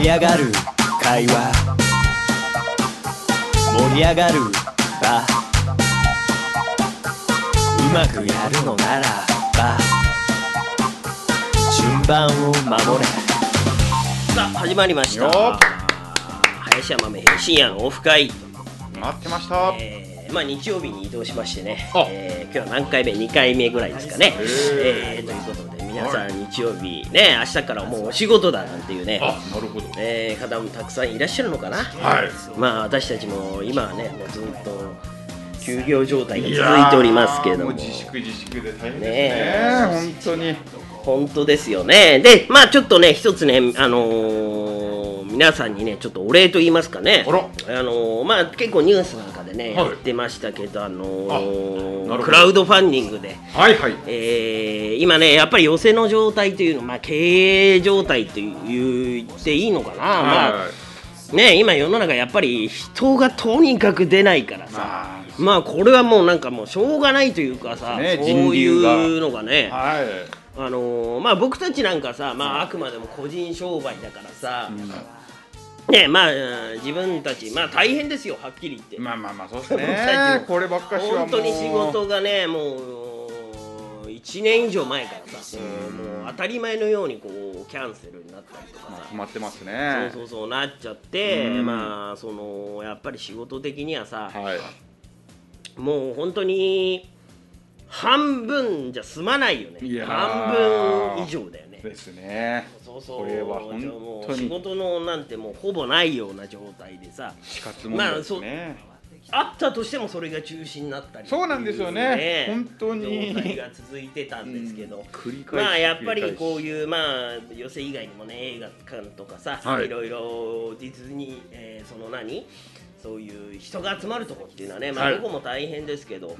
り上がる会話盛り上がる場うまくやるのならば順番を守れさあ始まりましたよっ林山豆返信案オフ会、待ってました。えーまあ、日曜日に移動しましてねあ、えー今日は何回目2回目ぐらいですかね、えーということで皆さん日曜日ね明日からもうお仕事だなんていうね、あ、なるほど。えー方もたくさんいらっしゃるのかなはい。まあ私たちも今はねもうずっと休業状態が続いておりますけれどもいやーう自粛自粛で大変でねすね。本当に。本当ですよね。で、まあちょっとね、一つね、あのー皆さんにね、ちょっとお礼と言いますかね、あらのーまあ結構ニュースなんかでね、はい言ってましたけど、あのあなるーほどクラウドファンディングで、はいはい。えー今ね、やっぱり寄せの状態というの、まあ、経営状態という言っていいのかな、まはいあね、今、世の中、やっぱり人がとにかく出ないからさ。ままあこれはもうなんかもうしょうがないというかさ、ねそういうのがねあ、はい。あのーまあ僕たちなんかさ、まあ、あくまでも個人商売だからさ、ねまあうん自分たちまあ大変ですよはっきり言って、まあまあまあそ うです僕たちねも。こればっかしはもう。本当に仕事がねもう1年以上前からさ、もう当たり前のようにこうキャンセルになったりとかさ、困ってますね。そうそうそうなっちゃって、うんまあそのやっぱり仕事的にはさ、はい。もう本当に半分じゃ済まないよねいやー半分以上だよねですね。そうそうこれは本当にじゃあもう仕事のなんてもうほぼないような状態でさ死活問題ですね。あったとしてもそれが中止になったりそうなんですよね本当に状態が続いてたんですけど、繰り返し。まあやっぱりこうう。いうまあ寄せ以外にもね映画館とかさ、はいい、ろいろディズニー、えーその何そういう人が集まるとこっていうのはね、まあ、はいどこも大変ですけど、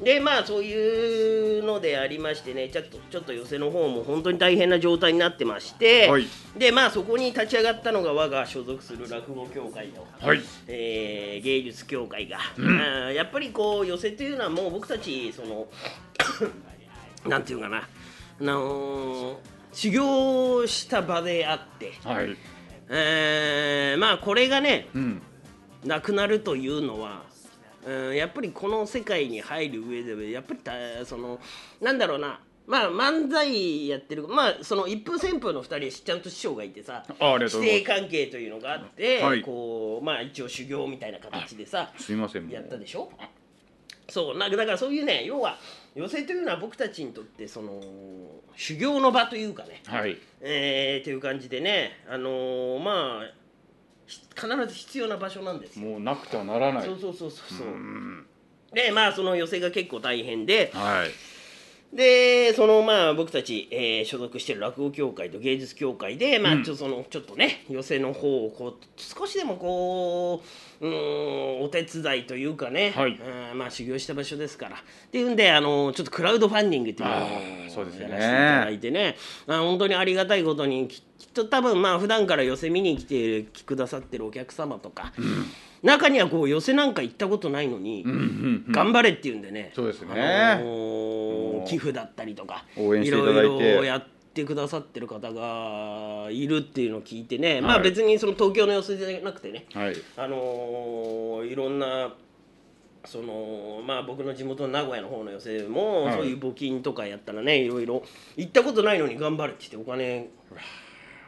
んでまあそういうのでありましてねちょっとちょっと寄せの方も本当に大変な状態になってまして、はいでまあそこに立ち上がったのが我が所属する落語協会と。はい。えー芸術協会が、あーやっぱりこう寄せというのはもう僕たちその なんていうかな、あのー修行した場であって、はい。えーまあこれがねうん。なくなるというのは、うん、やっぱりこの世界に入る上ではやっぱりたそのなんだろうなまあ漫才やってるまあその一風旋風の二人ちゃんと師匠がいてさあありがと師うござい弟ま関係というのがあって、はいこうまあ一応修行みたいな形でさす。すみません。もうやったでしょそうなだからそういうね要は寄席というのは僕たちにとってその修行の場というかね、はい。えー、という感じでねあのーまあひ必ず必要な場所なんですよ、もうなくてはならない。。そうそうそうそうそううんでまあその寄席が結構大変ではい。でそのまあ僕たち、えー所属してる落語協会と芸術協会でまあうんちょ,、そのちょっとね寄席の方をこう少しでもこううーんお手伝いというかね、はいうんまあ修行した場所ですからっていうんであのちょっとクラウドファンディングっていうのをあーそうですよねやらせていただいてねあ本当にありがたいことにききっと多分まあ普段から寄席見に来てくださってるお客様とか、中にはこう寄席なんか行ったことないのに。うんうんうん。頑張れっていうんでね、そうですねあのもーう寄付だったりとか応援していただいてろいろやってくださってる方がいるっていうのを聞いてね、まあはい別にその東京の様子じゃなくてね、はい。あのーいろんなそのまあ僕の地元の名古屋の方の寄席も、はいそういう募金とかやったらねいろいろ行ったことないのに頑張れって言ってお金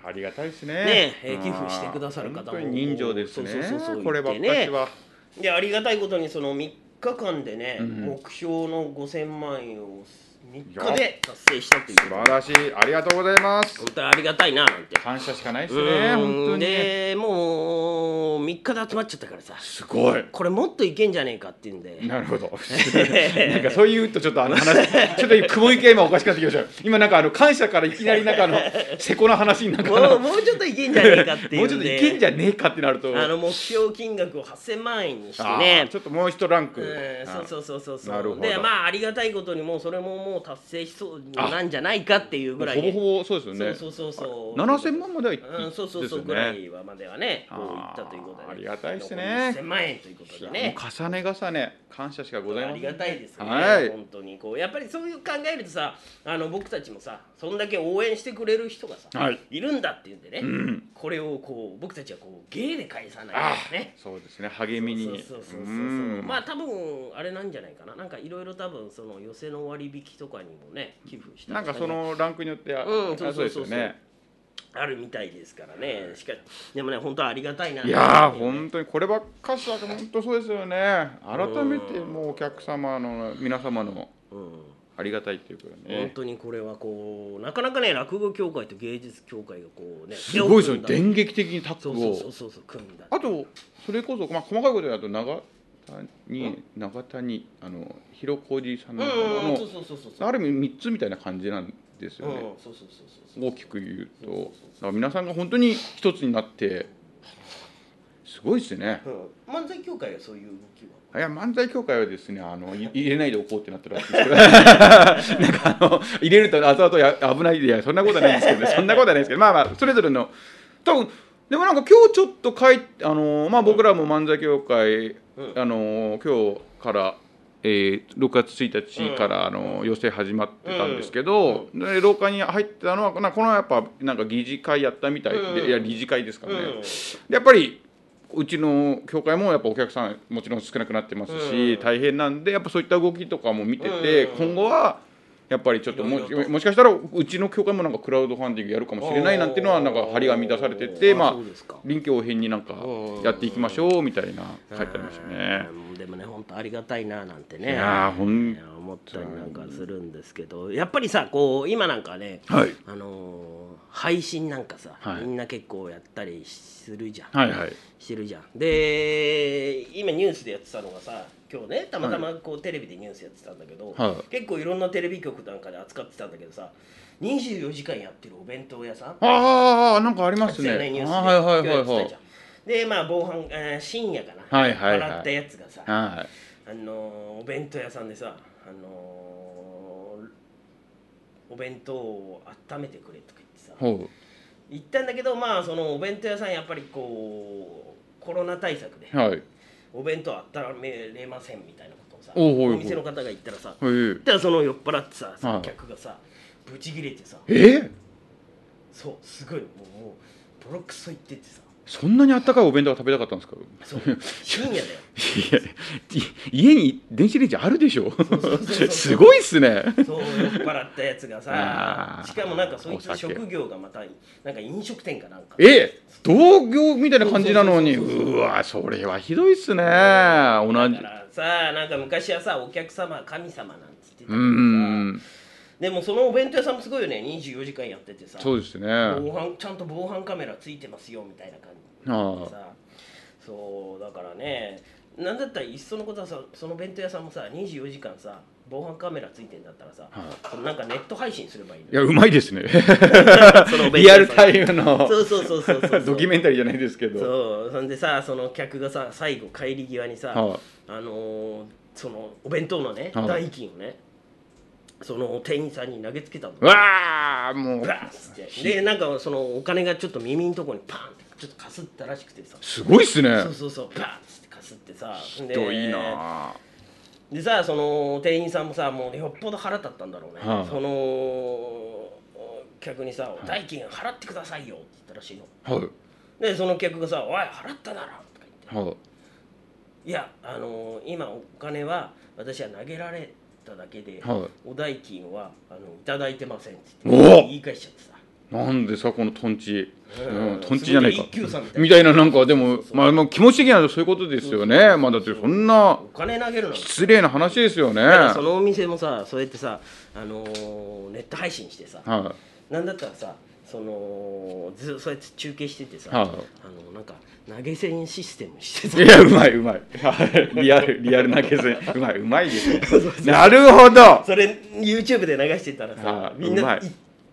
ありがたいですね。ねええ寄付してくださる方も本当に人情ですね。そうそうそうそうこればっかしは。でありがたいことにその3日間でね、ん目標の5000万円を3日いやで達成したという素晴らしい。ありがとうございます本。当にありがたいななんて感謝しかないですね。う本当んに。でもう3日で集まっちゃったからさすごい。これもっといけんじゃねえかっていうんでなる ほど。なんかそういうとちょっとあの話、ちょっと雲行きが今おかしくなってきましたよ。今なんかあの感謝からいきなりなんかあのセコな話になんかもうもうちょっといけんじゃねえかっていもううちょっといけんじゃゃねえかってなると。あの目標金額を8000万円にしてあーねちょっともう一ランク。うんあそうそうそうそうそうなるほどでまあありがたいことにもうそれもももう達成しそうなんじゃないかっていうぐらいほぼほぼそうですよねそうそうそうそう7000万まではいうん、そうそうそう、ぐですよらねいはまではね、こういったということで、ね、あーありがたいですね1000万円ということでいやねも。う重ね重ね感謝しかございまあせりんがたいですね、はい本当にこうやっぱりそういう考えるとさあの僕たちもさそんだけ応援してくれる人がさ、はいるんだっていうんでね、んこれをこう僕たちはこう芸で返さないあとねあそうですね励みにそうそうそうそうそうう、んまあ多分あれなんじゃないかななんかいろいろ多分その寄せの割引とかにもね寄付したりなんかそのランクによってあうんあそうそそううですそうそうよねあるみたいですからねしかしでもね本当はありがたいないいやー本当にこればっかしは本当そうですよね改めてもうお客様の皆様のうんありがたいっていうこと本ね当にこれはこうなかなかね落語協会と芸術協会がこうねすごいですよ手を組んだ電撃的にタッそうグそうそうをそうそう組んだあとそれこそまあ細かいことだと長谷長谷あの広小路さんうのんうんうんそうそうそうそうそうある意味三つみたいな感じなんですようんねそうそうそうそう大きく言うとだから皆さんが本当に一つになってすごいですね。うん漫才協会はそういう動きはいや漫才協会はですねあのい入れないでおこう ってなってるらしいですけどなんかあの入れると後々や危ないいやそんなことはないんですけどねそんなことはないですけどまあまあそれぞれの多分でもなんか今日ちょっと書いあのまあ僕らも漫才協会、うんあの今日から。えー6月1日から、あの寄席始まってたんですけど、で廊下に入ってたのはなこのやっぱなんか議事会やったみたいで、うんいや理事会ですかね、うんでやっぱりうちの協会もやっぱお客さんもちろん少なくなってますし、うん大変なんでやっぱそういった動きとかも見てて、うん今後はやっぱりちょっともいろいろともしかしたらうちの協会もなんかクラウドファンディングやるかもしれないなんていうのはなんか張り紙出されててあーまあそうですか臨機応変になんかうんやっていきましょうみたいな書いてありましたね。うんでもね本当ありがたいななんてねいやーほんね思ったりなんかするんですけどやっぱりさこう今なんかねはいあのー配信なんかさ、はいみんな結構やったりするじゃん、はいはいしてるじゃんで今ニュースでやってたのがさ今日ねたまたまこうテレビでニュースやってたんだけど、はい結構いろんなテレビ局なんかで扱ってたんだけどさ24時間やってるお弁当屋さんああなんかありますそうやねニね。ュースであーはいはいは今日やいってはたじゃんでまあ防犯、えー深夜かな、はいはいはい払ったやつがさ、い。はい。あのーお弁当屋さんでさ、あのーお弁当を温めてくれとか言ってさほ言ったんだけどまあそのお弁当屋さんやっぱりこうコロナ対策でうはい。お弁当温めれませんみたいなことをさおうおうおう店の方が言ったらさほ言いったらその酔っ払ってさはい客がさブチ切れてさえー、そうすごいもうもうボロクソ言ってってさそんなにあったかいお弁当が食べたかったんですか。そう 深夜だよいやい家に電子レンジあるでしょうそうそうそうすごいっすねそう酔っ払ったやつが あさーしかもなんかそいつお酒職業がまたなんか飲食店かなんかえ同業みたいな感じなのにそうそうそうそううわそれはひどいっすね同だじからさなんか昔はさお客様は神様なんて言ってたけどさうんでもそのお弁当屋さんもすごいよね24時間やっててさそうですねあ防犯ちゃんと防犯カメラついてますよみたいな感じであさそうだからねなんだったらいっそのことはさその弁当屋さんもさ24時間さ防犯カメラついてんだったらさ、そのなんかネット配信すればいいのいやうまいですね そのお弁リ当ア屋ルさんタイムのそうそうそうそうそうドキュメンタリーじゃないですけどそうそんでさその客がさ最後帰り際にさ、はいあのーそのお弁当のね、はい代金をねその店員さんに投げつけたのうわあもうバーンっつってでなんかそのお金がちょっと耳のところにパーンってちょっとかすったらしくてさすごいっすねそうそうそうバーンっつってかすってさひひどいなあでさその店員さんもさもうよっぽど腹立ったんだろうね、はいその客にさ「代金払ってくださいよ」って言ったらしいのはいでその客がさ「おい払っただろ」とか言ってはいいやあのー今お金は私は投げられただけで、はお代金はあのいただいてませんって言っておお言い返しちゃってさなんでさこのトンチ、うんうん、トンチじゃないかそれで一級さんみたいなみたいななんかでもそうそうまあまあ気持ち的にはそういうことですよそうそうそねうまあだってそんなお金投げるの失礼な話ですよねだからそはのお店もさそうやってさ、あのーネット配信してさ、いはなんだったらさそのずそうやって中継しててさ、はいあのなんか投げ銭システムしてさいいやうまいうまいはいリアルリアルな決戦うまいうまいですねなるほどそれ YouTube で流してたらさ、はいみんうまない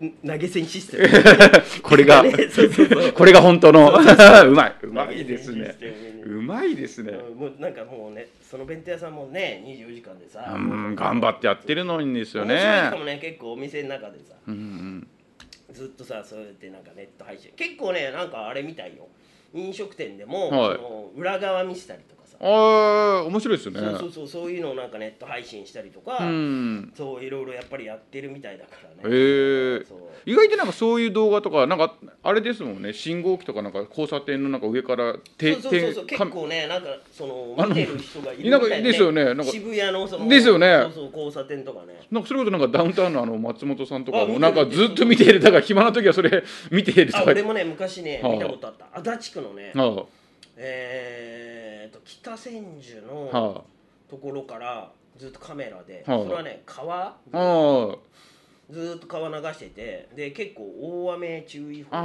い投げ銭システム これがねそうそうそうこれが本当のうまいうまいですいいねですねうまいですねうんもうなんかもうねその弁当屋さんもね24時間でさ、うん頑張ってやってるのにですよ面白いねかもね結構お店の中でさうんうんずっとさそうやってなんかネット配信結構ねなんかあれみたいよ飲食店でも、はいその裏側見せたりとかさ、あー面白いですよねそうそうそうそういうのをなんかネット配信したりとか、うんそういろいろやっぱりやってるみたいだからねへえそう意外となんかそういう動画とかなんかあれですもんね信号機とかなんか交差点のなんか上からてそうそうそうそうて結構ねなんかそのあの見てる人がいるみなんかたいですよねなんか渋谷のそのですよねそうそう交差点とかねなんかそれこそなんかダウンタウンのあの松本さんとかあ見てもるなんかずっと見てるだから暇な時はそれ 見てるとあか俺もね昔ねはい見たことあった足立区のねはえー、と北千住あのはところからずっとカメラで、はいそれはね川あはずーっと川流しててで結構大雨注意報とあかあ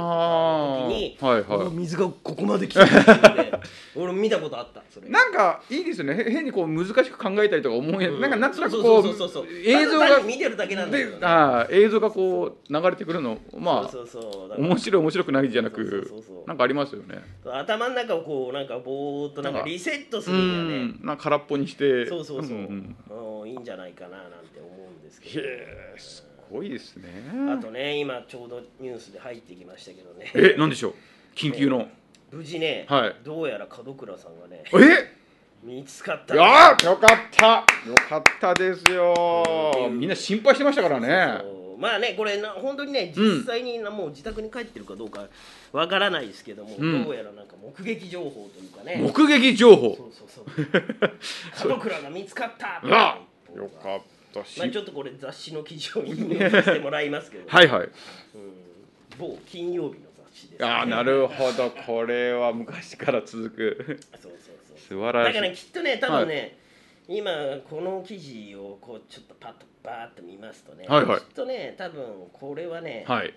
の時にあはいうわは水がここまで来てるっていうの で俺見たことあったそれいなんかいいですよねへ変にこう難しく考えたりとか思うやうんなんかなんとなくこそうそうそうそうそう映像ただが単に見てるだけなんだけどねでああ映像がこう流れてくるのまあそうそうそうだから面白い面白くないじゃなそくうそうそうそうなんかありますよね頭の中をこうなんかぼーっとなんかなんかリセットすうるんだよねんなんか空っぽにしてそうそうそう、んんうんいいんじゃないかななんて思うんですけどへえすごいですねあとね今ちょうどニュースで入ってきましたけどねえなんでしょう緊急の無事ね、はいどうやら門倉さんがねえ見つかったいやーよかったよかったですよーみんな心配してましたからねそうまあねこれな本当にねうん実際になもう自宅に帰ってるかどうかわからないですけども、うんどうやらなんか目撃情報というかね目撃情そ報うそうそう門倉が見つかったうわっていうよかったしまあちょっとこれ雑誌の記事を引用させてもらいますけど、はいはういん某金曜日の雑誌です、あーなるほどこれは昔から続くそうそうそう素晴らだしいからきっとね多分ね、今この記事をこうちょっとパッとバーッと見ますとね、はいはいきっとね多分これはね、はい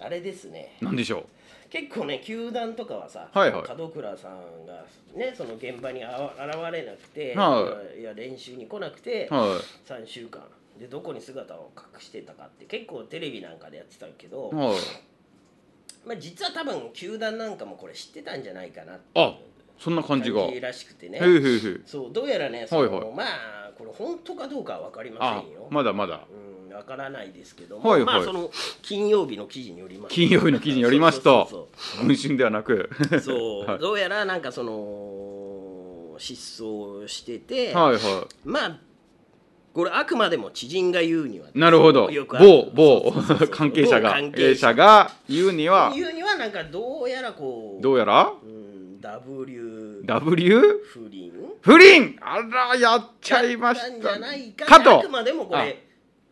あれですねなんでしょ結構ね球団とかはさ、はいはい門倉さんがねその現場にあわ現れなくて、、はいや練習に来なくて、うは3週間でどこに姿を隠してたかって結構テレビなんかでやってたけど、いはいまあ、実は多分球団なんかもこれ知ってたんじゃないかなっていうあそんな感じがへらしくてねえへえへえそうどうやらねその、はいはいまあこれ本当かどうかは分かりまあせんよ。まだまだうん、分からないですけども、はいはいまあその金曜日の記事によりますと金曜日の記事によりますそうと文春ではなくそうそうそうそう はいどうやらなんかその失踪してて、 はいはいまあこれあくまでも知人が言うにはなるほどよくある某某そうそうそうそう関係者が某関関係係者者が言うには言うにはなんかどうやらこうどうやらうん W W 不倫不倫あらやっちゃいましだったんじたゃないかかあとくまでもこれ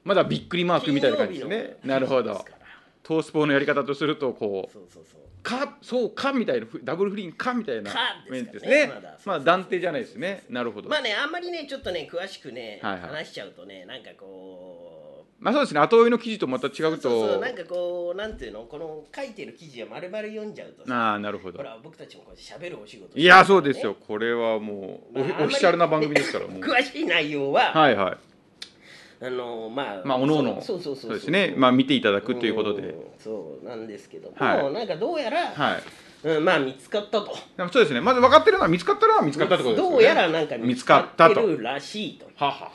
まだびっくりマークみたいな感じです金曜ね日のなるほでどすからトースポーのやり方とするとこうそうそうそうかそうかみたいなダブル不倫かみたいなか面でですすからねねまだそうそうそうまあ断定じゃないですねなるほどまあねあんまりねちょっとね詳しくね、はいはい話しちゃうとねなんかこうまあそうですね後追いの記事とまた違うそうそうとなんかこうなんていうのこの書いてる記事を丸々読んじゃうとさああなるほどほら僕たちもこう喋るお仕事いやそうですよこれはもうまオあフィあんまりオフィシャルな番組ですからもう詳しい内容は、はいはいあのまあまあおのおのそうそうそうそうですねまあ見ていただくということでんそうなんですけども、はいなんかどうやら、はいうん、まあ見つかったとでもそうですねまず分かってるのは見つかったのは見つかったってことですよねどうやらなんか見見つつかかったってとるらしいとはは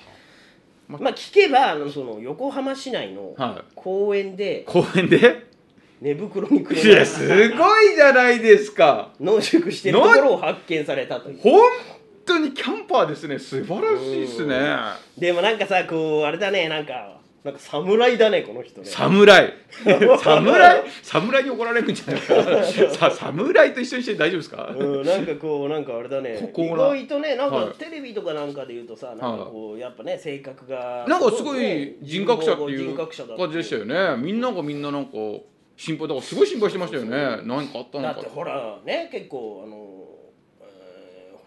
まあ聞けばあのその横浜市内のはい公園で公園で寝袋にくいやすごいじゃないですか濃縮してるところを発見されたという本当にキャンパーですね素晴らしいですねでもなんかさこうあれだねなんかなんか侍だねこの人ね 侍侍侍に怒られるんじゃないかさ侍と一緒にして大丈夫ですか、うん、なんかこうなんかあれだねここ意な外とねなんはいかテレビとかなんかで言うとさ、なんかこうやっぱね性格がなんかすごいね人格者っていう人格者だって感じでしたよねみんながみんななんか心配だからすごい心配してましたよね何かあったのだかってほらね結構あの、えー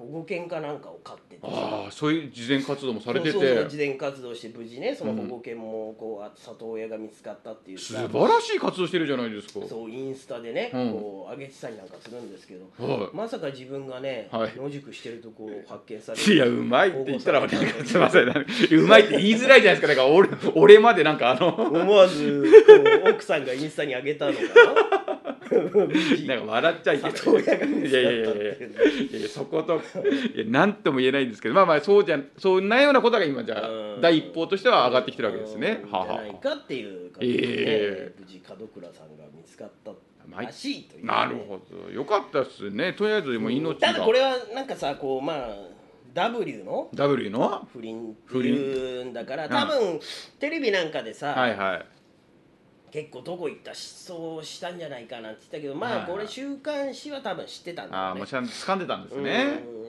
保護犬かなんかを飼っててああそういう慈善活動もされてそうそうそうて慈善活動して無事ねその保護犬もこう、あ里親が見つかったっていう素さ晴らしい活動してるじゃないですかそうインスタでね、うんこう上げてたりなんかするんですけど、はいまさか自分がね、はい野宿してるとこを発見されいるや、うまいって言ったら、なん保護かされてすみません、なんかうまいって言いづらいじゃないですか、だから俺俺までなんかあの、思わずこう奥さんがインスタに上げたのかな なんか笑っちゃいけない。里親が見ついやいやいかっやたっいてやいうねいやいやそこといやなんとも言えないんですけどまあまあそうじゃんそんなようなことが今じゃあうん第一報としては上がってきてるわけですねう。んはあじゃはないかっていう感じでね、え無事門倉さんが見つかったまいらしいという、あなるほどよかったっすねとりあえずもう命ただこがれはなんかさこうまあ W の W の不倫っていうんだから多分、テレビなんかでさ、はいはい結構どこ行った失踪したんじゃないかなんて言ったけどまはあいはいこれ週刊誌は多分知ってたんだよああねもうちゃんと掴んでたんですね。うん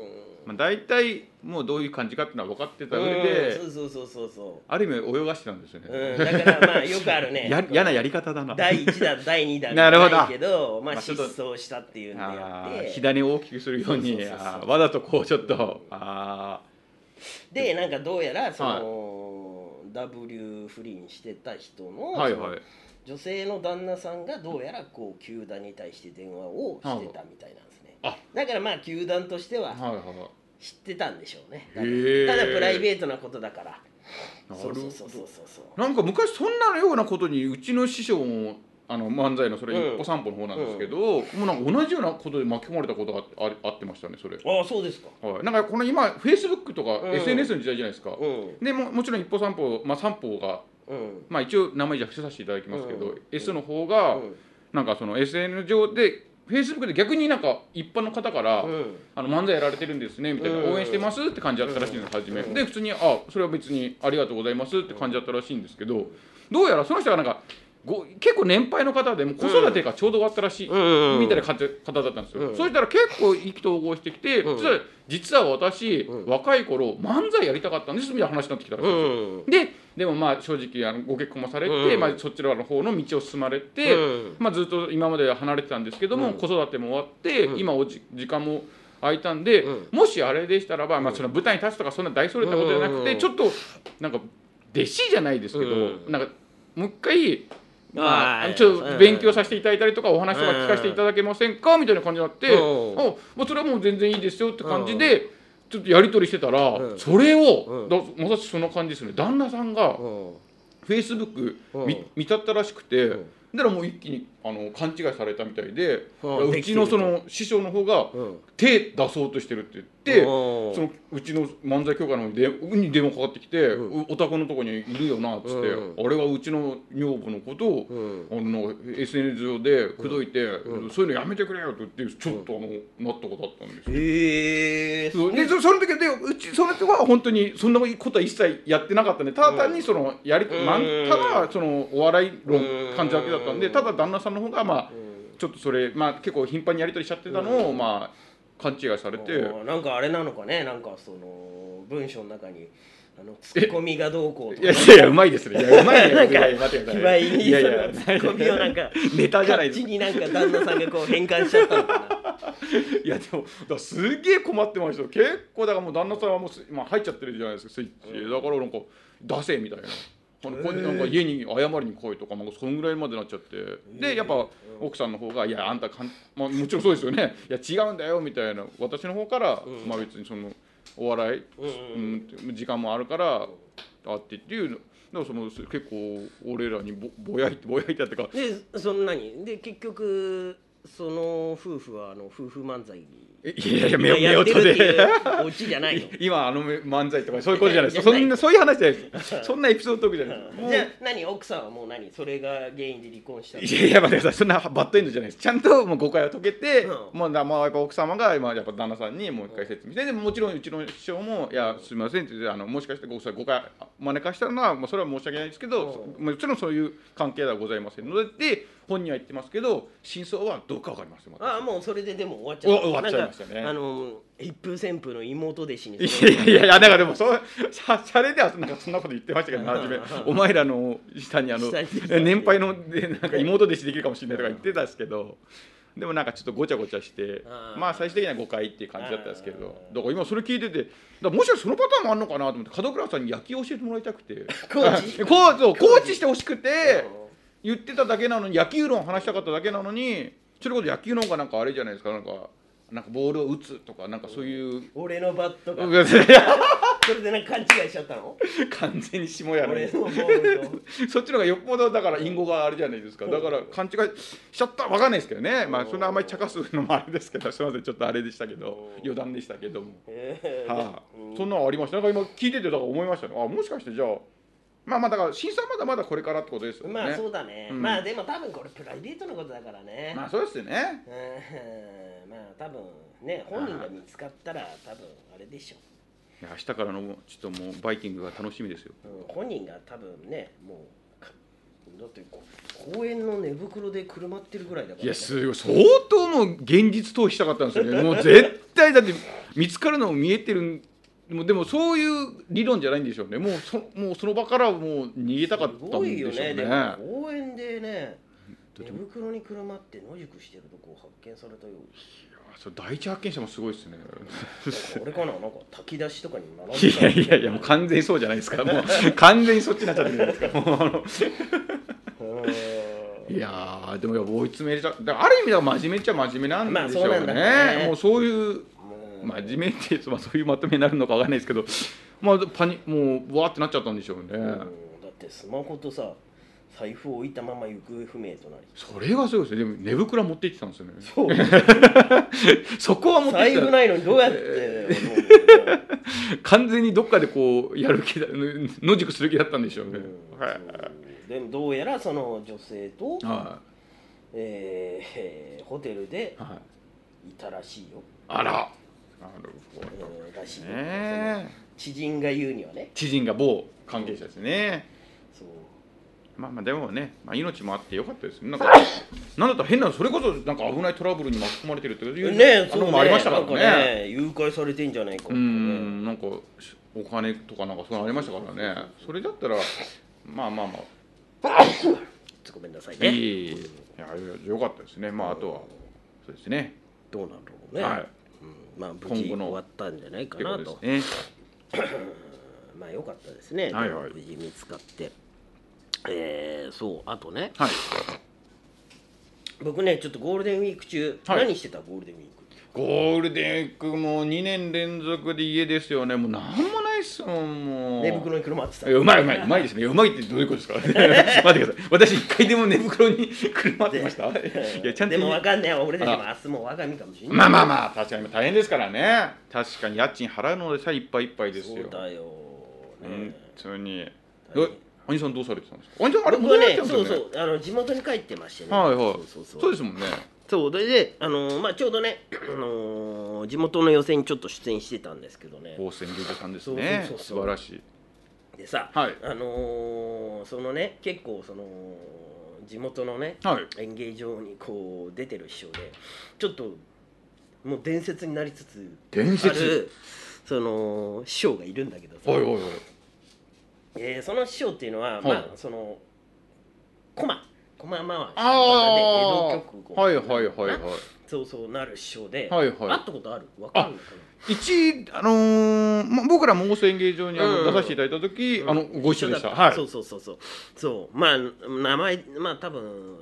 まあ大体もうどういう感じかっていうのは分かってた上うでんそうそうそうそある意味泳がしてたんですよう、うん、ね。だからまあよくあるねや嫌なやり方だな。第1弾第2弾なるほどじゃいけどまあまあち失ょっと踪したっていうんでやあっーて火種を大きくするようそうにそうそうそうあーわざとこうちょっとあでなんかどうやらその、W 不倫してた人の,、あはいはい女性の旦那さんがどうやらこう球団に対して電話をしてたみたいなんですね、あだからまあ球団としてははいはい知ってたんでしょうね、へえただプライベートなことだからなるそほうどそうそうそうそうなんか昔そんなようなことにうちの師匠もあの漫才のそれうん一歩三歩の方なんですけど、もうなんか同じようなことで巻き込まれたことがあああってましたねそれ、ああそうですかはい、なんかこの今フェイスブックとかうん SNS の時代じゃないですか、うんでももちろん一歩三歩、まあ、三歩が、うんまあ、一応名前じゃ伏せさせていただきますけど、うん S の方が、なんかその SNS 上でフェイスブックで逆になんか一般の方から、うんあの漫才やられてるんですねみたいな、うん応援してますって感じだったらしいの初め、で普通に「あそれは別にありがとうございます」って感じだったらしいんですけどどうやらその人がなんかご結構年配の方でもう子育てがちょうど終わったらしい、うんみたいな方方だったんですよ、うんそしたら結構意気投合してきて、うんそしたら実は私、うん若い頃漫才やりたかったんですみたいな話になってきたらしいんですよんででもまあ正直あのご結婚もされて、うんまあ、そちらの方の道を進まれて、うんまあ、ずっと今までは離れてたんですけども、うん子育ても終わって、うん今おじ時間も空いたんで、うんもしあれでしたらば、まあ、その舞台に立つとかそんな大それたことじゃなくて、うんちょっとなんか弟子じゃないですけど、うんなんかもう一回。まああ、ーちょっうとん勉強させていただいたりとかお話とか聞かせていただけませんかみたいな感じになって、うんあまあ、それはもう全然いいですよって感じで、ちょっとやり取りしてたら、うんそれうを、んだまさしくそんな感じですね旦那さんがうんフェイスブックうん見見たったらしくて、うんだからもう一気にあの勘違いされたみたいで、うんうちのその師匠の方がうん手出そうとしてるって言って、うんそのうちの漫才協会の方にでに電話かかってきて「うお宅のとこにいるよな」っつって、うあれはうちの女房のことを、うんあの SNS 上で口説いて、そういうのやめてくれよって言ってちょっとあの、なったことあったんですよ。ええそうでそその時はでうちその時は本当にそんなことは一切やってなかったんでただ単にそのやり、うんまんただそのお笑い論うん感じだけだったんでただ旦那さんの方がまあちょっとそれまあ結構頻繁にやり取りしちゃってたのをまあ勘違いされてうんなんかあれなのかねなんかその文章の中にあのツッコミがどうこうとかいやいやいやうまいですねいやうまいねなんいやかいや待って卑ください猥にいそやいのやツッコミをなんかネタじゃないです口になんか旦那さんがこう変換しちゃったのかいやでもだからすげえ困ってましたよ結構だからもう旦那さんはもうす、まあ、入っちゃってるじゃないですかスイッチ、だからなんか出せみたいな。あのこうなんか家に謝りに来いとか、まあ、そんぐらいまでなっちゃってでやっぱ奥さんの方が「いやあんたかん、まあ、もちろんそうですよねいや違うんだよ」みたいな私の方から、まあ、別にそのお笑い、んうん時間もあるからあってっていうのだからその結構俺らにぼぼやいてぼやいてってかなでそんなにで結局その夫婦はあの夫婦漫才えいやいや目を目やをって閉るってじていうオチじゃないの今あの漫才とかそういうことじゃないですじかゃなそいんなそういう話じゃないですそんなエピソードトークじゃないですもうじゃあ何奥さんはもう何それが原因で離婚したのいやいや待ってくださいそんなバッドエンドじゃないですちゃんともう誤解を解けて、うんもうだまあやっぱ奥様が今やっぱ旦那さんにもう一回説明してでももちろんうちの師匠も「いやすみません」って言ってあのもしかしてご誤解招かしたのは、まあ、それは申し訳ないですけど、もちろんそういう関係ではございませんのでで本人は言ってますけど真相はどうかわかりませんまだああもうそれででも終わっちゃおった終わっちゃいまましたねあの一風旋風の妹弟子にいそれをやいやいや、なんかでもそう、しゃしゃれではなんかそんなこと言ってましたけどね、初め、お前らの下にあの下に年配のでなんか妹弟子できるかもしれないとか言ってたんですけど、でもなんかちょっとごちゃごちゃしてう、んまあ最終的には誤解っていう感じだったんですけど、うだから今それ聞いてて、だからもしかしてそのパターンもあるのかなと思って、門倉さんに野球を教えてもらいたくて、コー チコーチをコーチしてほしくてうん、言ってただけなのに、野球論話したかっただけなのに、それこそ野球の方がなんかあれじゃないですか、なんか、なんかボールを打つとか、なんかそういう。俺のバットがそれでなんか勘違いしちゃったの完全に下や俺ねのボールとそっちの方がよっぽどだから隠語があれじゃないですかだから勘違いしちゃったわかんないですけどねまあそんなあんまり茶化すのもあれですけどすいませんちょっとあれでしたけど余談でしたけども、えーはあ、そんなのありましたなんか今聞いててだから思いましたねあもしかしてじゃあまあまあだから審査はまだまだこれからってことですよねまあそうだね、うんまあでも多分これプライベートのことだからね、まあそうですよねうんまあ多分ね本人が見つかったら多分あれでしょいや明日からのちょっともうバイキングが楽しみですよう、うん、本人が多分ねもうかだってこ公園の寝袋でくるまってるぐらいだから、いね、やすごい相当もう現実逃避したかったんですよ ねもう絶対だって見つかるのも見えてるんもうでもそういう理論じゃないんでしょうねもうそもうその場からはもう逃げたかったすんごでいしょようねねでも公園でねだ寝って袋にくるまって野宿してるとこを発見され たよそれ第一発見者もすごいですね俺かななんか炊き出しとかに並んでいたやいやいやもう完全にそうじゃないですかもう完全にそっちになっちゃってるじゃないですかもうあのうんいやーでもいや追い詰めれちゃだからある意味では真面目っちゃ真面目なんでしょうね,、まあそうなんだねもうそういうもう真面目ってまあそういうまとめになるのかわかんないですけどまあパニもうわーってなっちゃったんでしょうね、うんだってスマホとさ財布を置いたまま行方不明となりそれがすごいですねでも寝袋は持って行ってたんですよねそうそこは持って財行布ってないのにどうやってた完全にどっかでこうやる気だ野宿する気だったんでしょうもうね、うんはいそうでもどうやらその女性と、はえーホテルでいはいいたらしいよ、あらなるほえどーらしいよ、ねその知人が言うにはね知人が某関係者ですねそうまあまあでもね、まあ、命もあってよかったですねなんかなんだったら変なそれこそなんか危ないトラブルに巻き込まれてるっていうねあそのうもありましたからなんね誘拐されてんじゃないかとうかねんなんかしお金とかなんかそういうのありましたからねそれだったらまあまあまあごめんなさいいねいいやよかったですねまああとはそうですねどうなんだろうね、はいうんまあ無今事後終のわったんじゃないかというこなととですねまあ良かったですね、はいはい無事見つかってえー、そうあとねはい僕ねちょっとゴールデンウィーク中、はい何してたゴールデンウィークゴールデンウィークも2年連続で家ですよねもうなんもないっすもんもう寝袋に車ってたえうまいうまいうまいですねうまいってどういうことですか 待ってください私一回でも寝袋に 車ってましたいやちゃんでともわかんない俺たちもあ明日も我が身かもしれないまあまあまあ確かに大変ですからね確かに家賃払うのでさえいっぱいいっぱいですそうよだよ、ね本当にえ大変兄さんどうされてたんですか兄さんあれ僕は戻られねてたんですそようそうあの地元に帰ってましてねはいはいそうそうそそううですもんねそうそれで、あのーまあ、ちょうどね、あのー地元の予選にちょっと出演してたんですけどね宝泉旅さんですそうそうそねうそう素晴らしいでさ、はいあのーそのね結構その地元のね、はい演芸場にこう出てる師匠でちょっともう伝説になりつつ伝あ説るその師匠がいるんだけどさ、おいおいおいえーその師匠っていうのは、いまあその駒駒回しのあ方あで江戸曲をはいはいはいはいそうそうなる師匠で、はいはい会ったことあるわかんないかな一あのーま、僕らも大須演芸場にあの、うん出させていただいた時、あのご一緒でしただはいそうそうそうそうそうまあ名前まあ多分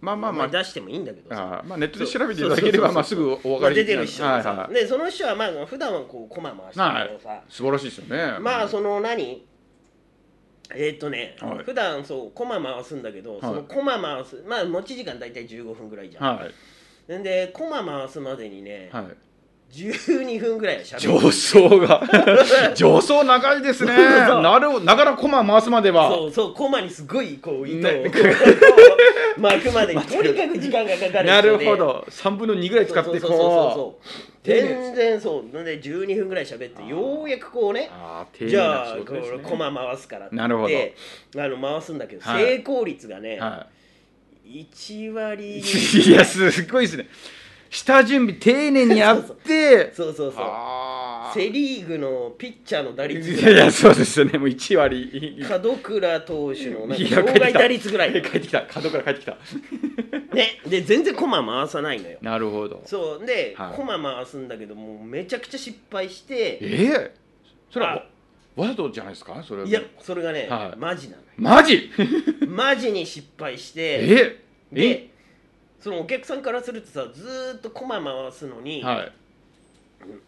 まあまあまあ名前出してもいいんだけどさあーまあネットで調べていただけそればうそうそうそうまあすぐお分まかあり出てなるる人でさ、はいはいでその人はまあ普段はこうコマ回してるけどさ、素晴らしいですよねまあその何えーっ、とね、はい普段そうコマ回すんだけど、いそのコマ回すまあ持ち時間大体15分ぐらいじゃん、はいんでコマ回すまでにね、はい12分ぐらいはしゃべる上層が 上層長いですねそうなるながらコマ回すまではそうそうコマにすごいこう糸を、ね 巻くまでにとにかく時間がかかる人でなるほど3分の2ぐらい使っそうてそうそうそうこそう丁寧です全然そうなんで12分ぐらい喋ってようやくこううねああ丁寧じなゃあ仕こ事ですれねコマ回すからってなるほあの回すんだけど、はい成功率がね、は1割い、いやすごいですね下準備丁寧にやってそうそうそうあーセ・リーグのピッチャーの打率いやいやそうですよねもう1割門倉投手のなんかいや障害打率ぐらい帰ってきた角から帰ってきたねで全然コマ回さないのよなるほどそうで、はいコマ回すんだけどもうめちゃくちゃ失敗してええそれはあわわざとじゃないですかそれはいやそれがね、はいマジなのよマジマジに失敗してええでそのお客さんからするとさずーっとコマ回すのに、は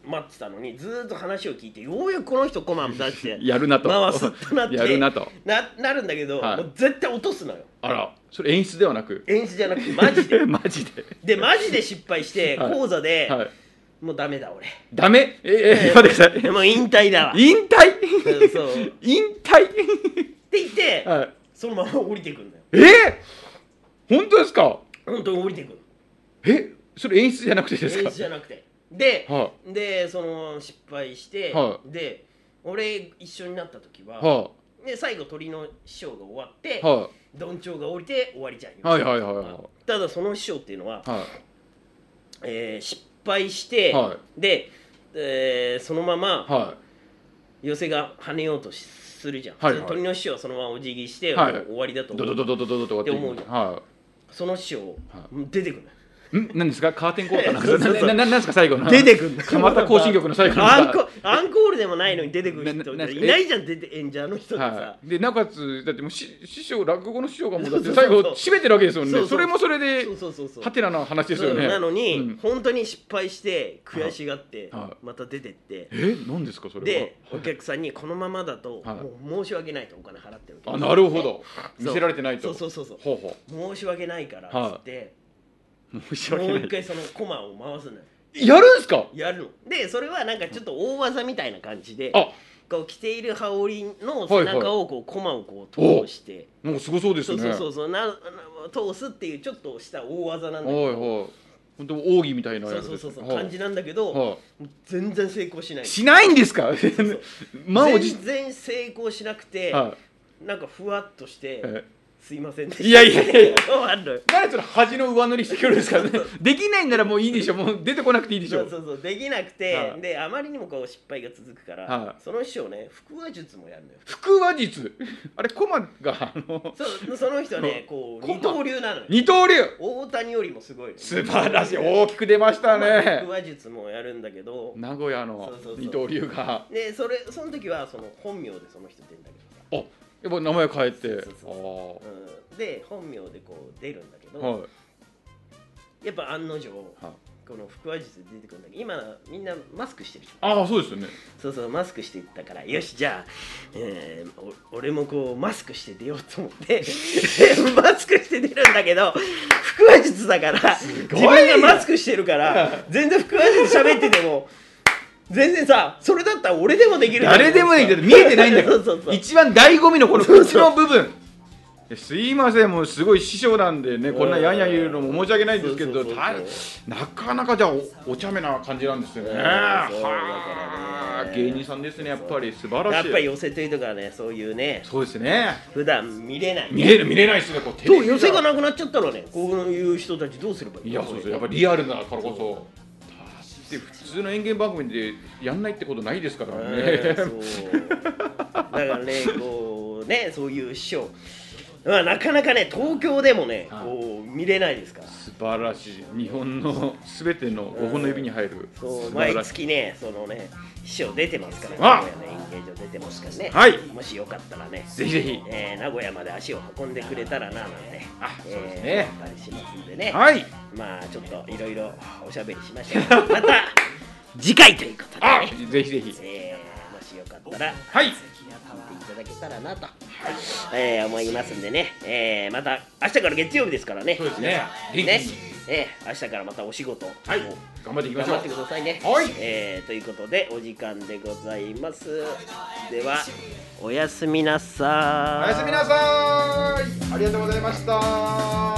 待ってたのにずーっと話を聞いてようやくこの人コマ出していやるなと回すってなってやるなとななるんだけど、はいもう絶対落とすのよあらそれ演出ではなく演出じゃなくてマジでマジででマジで失敗してはい講座で、はいもうダメだ俺ダメええ待ってくださ いもう引退だわって引退そう引退言って、はいそのまま降りてくんだよえー、本当ですか本当に降りてくるえそれ演出じゃなくてです演か出じゃなくてで、はでその失敗して、はで俺一緒になった時は、はで最後鳥の師匠が終わって、あ、はどんちょうが降りて終わりじゃんあ、はいはいはいはいただその師匠っていうのは、はえー失敗して、はで、えーそのままいは寄せが跳ねようとしするじゃん、はいはい鳥の師匠はそのままお辞儀して、はいもう終わりだとい思ドうドドドドドドと終わっってて思いくはその師匠、は出てくるいん何ですかカーテンコールかそうそうそうななななんですか最後の出てくんの蒲田行進曲の最後のアンコアンコールでもないのに出てくる人なななんすかいないじゃん出て演者の人ってさ、はい、でなおかつだってもうし師匠落語の師匠がもうだってそうそう最そう後締めてるわけですよねそうそうそれもそれでそうそうそうそうハテナな話ですよそうねなのに、うん本当に失敗して悔しがって、はいはいまた出てってえ何ですかそれはでお客さんにこのままだと、はいもう申し訳ないとお金払ってるけあなるほど見せられてないそうとそうそうそうほうほ申し訳ないからっつって、う申し訳もうな一い回そのコマを回すのよ やるんですかやるのでそれはなんかちょっと大技みたいな感じであこう着ている羽織のは背いはい中をこうコマをこう通して、もうすごそうですそうねそうそうそうなな通すっていうちょっとした大技なんだけどはいはい本当奥義みたいなそやうつそうですそねうそうはい感じなんだけど、は全然成功しないいしないんですか 満を持し全然成功しなくて、はなんかふわっとして、いはいすいませんでしたいやいやいや いやあんのよ何それ恥の上塗りしてくるんで すかねできないんならもういいでしょもう出てこなくていいでしそょうそうそうできなくて、はいであまりにもこう失敗が続くから、はその師匠ね腹話術もやるのよ腹話術あれコマがあのそうその人ねこうこ二刀流なのよ二刀流大谷よりもすごいの素晴らしい大きく出ました腹ね話術もやるんだけど名古屋のそうそうそう二刀流がでそれその時はその本名でその人出るんだけどさあやっぱ名前変えてそうそううん、で本名でこう出るんだけあど、ーはいやっぱ案の定こはいの腹話術で出てくるんだけど今みんなマスクしてるじゃんああそうですよねそうそうマスクしていったからよしじゃあ、えーお俺もこうマスクして出ようと思って マスクして出るんだけど腹話術だからごい自分がマスクしてる から全然腹話術喋ってても全然さそれだったら俺でもできる誰でもいいけど見えてないんだかそうそうそらう一番醍醐味のこのそう口そうの部分いやすいませんもうすごい師匠なんでねこんなやんやん言うのも申し訳ないんですけそうどそうそうたなかなかじゃあおお茶目な感じなんですよねそうだからはねあ芸人さんですねやっぱり素晴やらっしぱりい寄せというとかねそういうねそうですね普段見れない見れる見れないですねこうテどレビうじゃ寄せがなくなっちゃったらねこういう人たちどうすればいいいのやそうですよやっぱりリアルだからこそで普通の演芸番組でやんないってことないですからねね、そうだからねこうねそういう師匠まあなかなかね東京でもねはいこう見れないですから素晴らしい日本のすべての5本の指に入るそう素毎晴らしい月ねそのね師匠出てますからあ名古屋の演芸場出てますからねはいもしよかったらねぜひぜひえー名古屋まで足を運んでくれたらななんてあそうですねえー思ったりしますんでねはいまあちょっといろいろおしゃべりしましたがまた 次回ということであねぜひぜひえーもしよかったらはい聞いていただけたらなと、えー思いますんでね、えーまた明日から月曜日ですからねそうですね皆さん元気ねえー明日からまたお仕事はい頑張っていきま頑しょ張うってくださいね、はいえーということでお時間でございますではおやすみなさーおやすみなさーいありがとうございました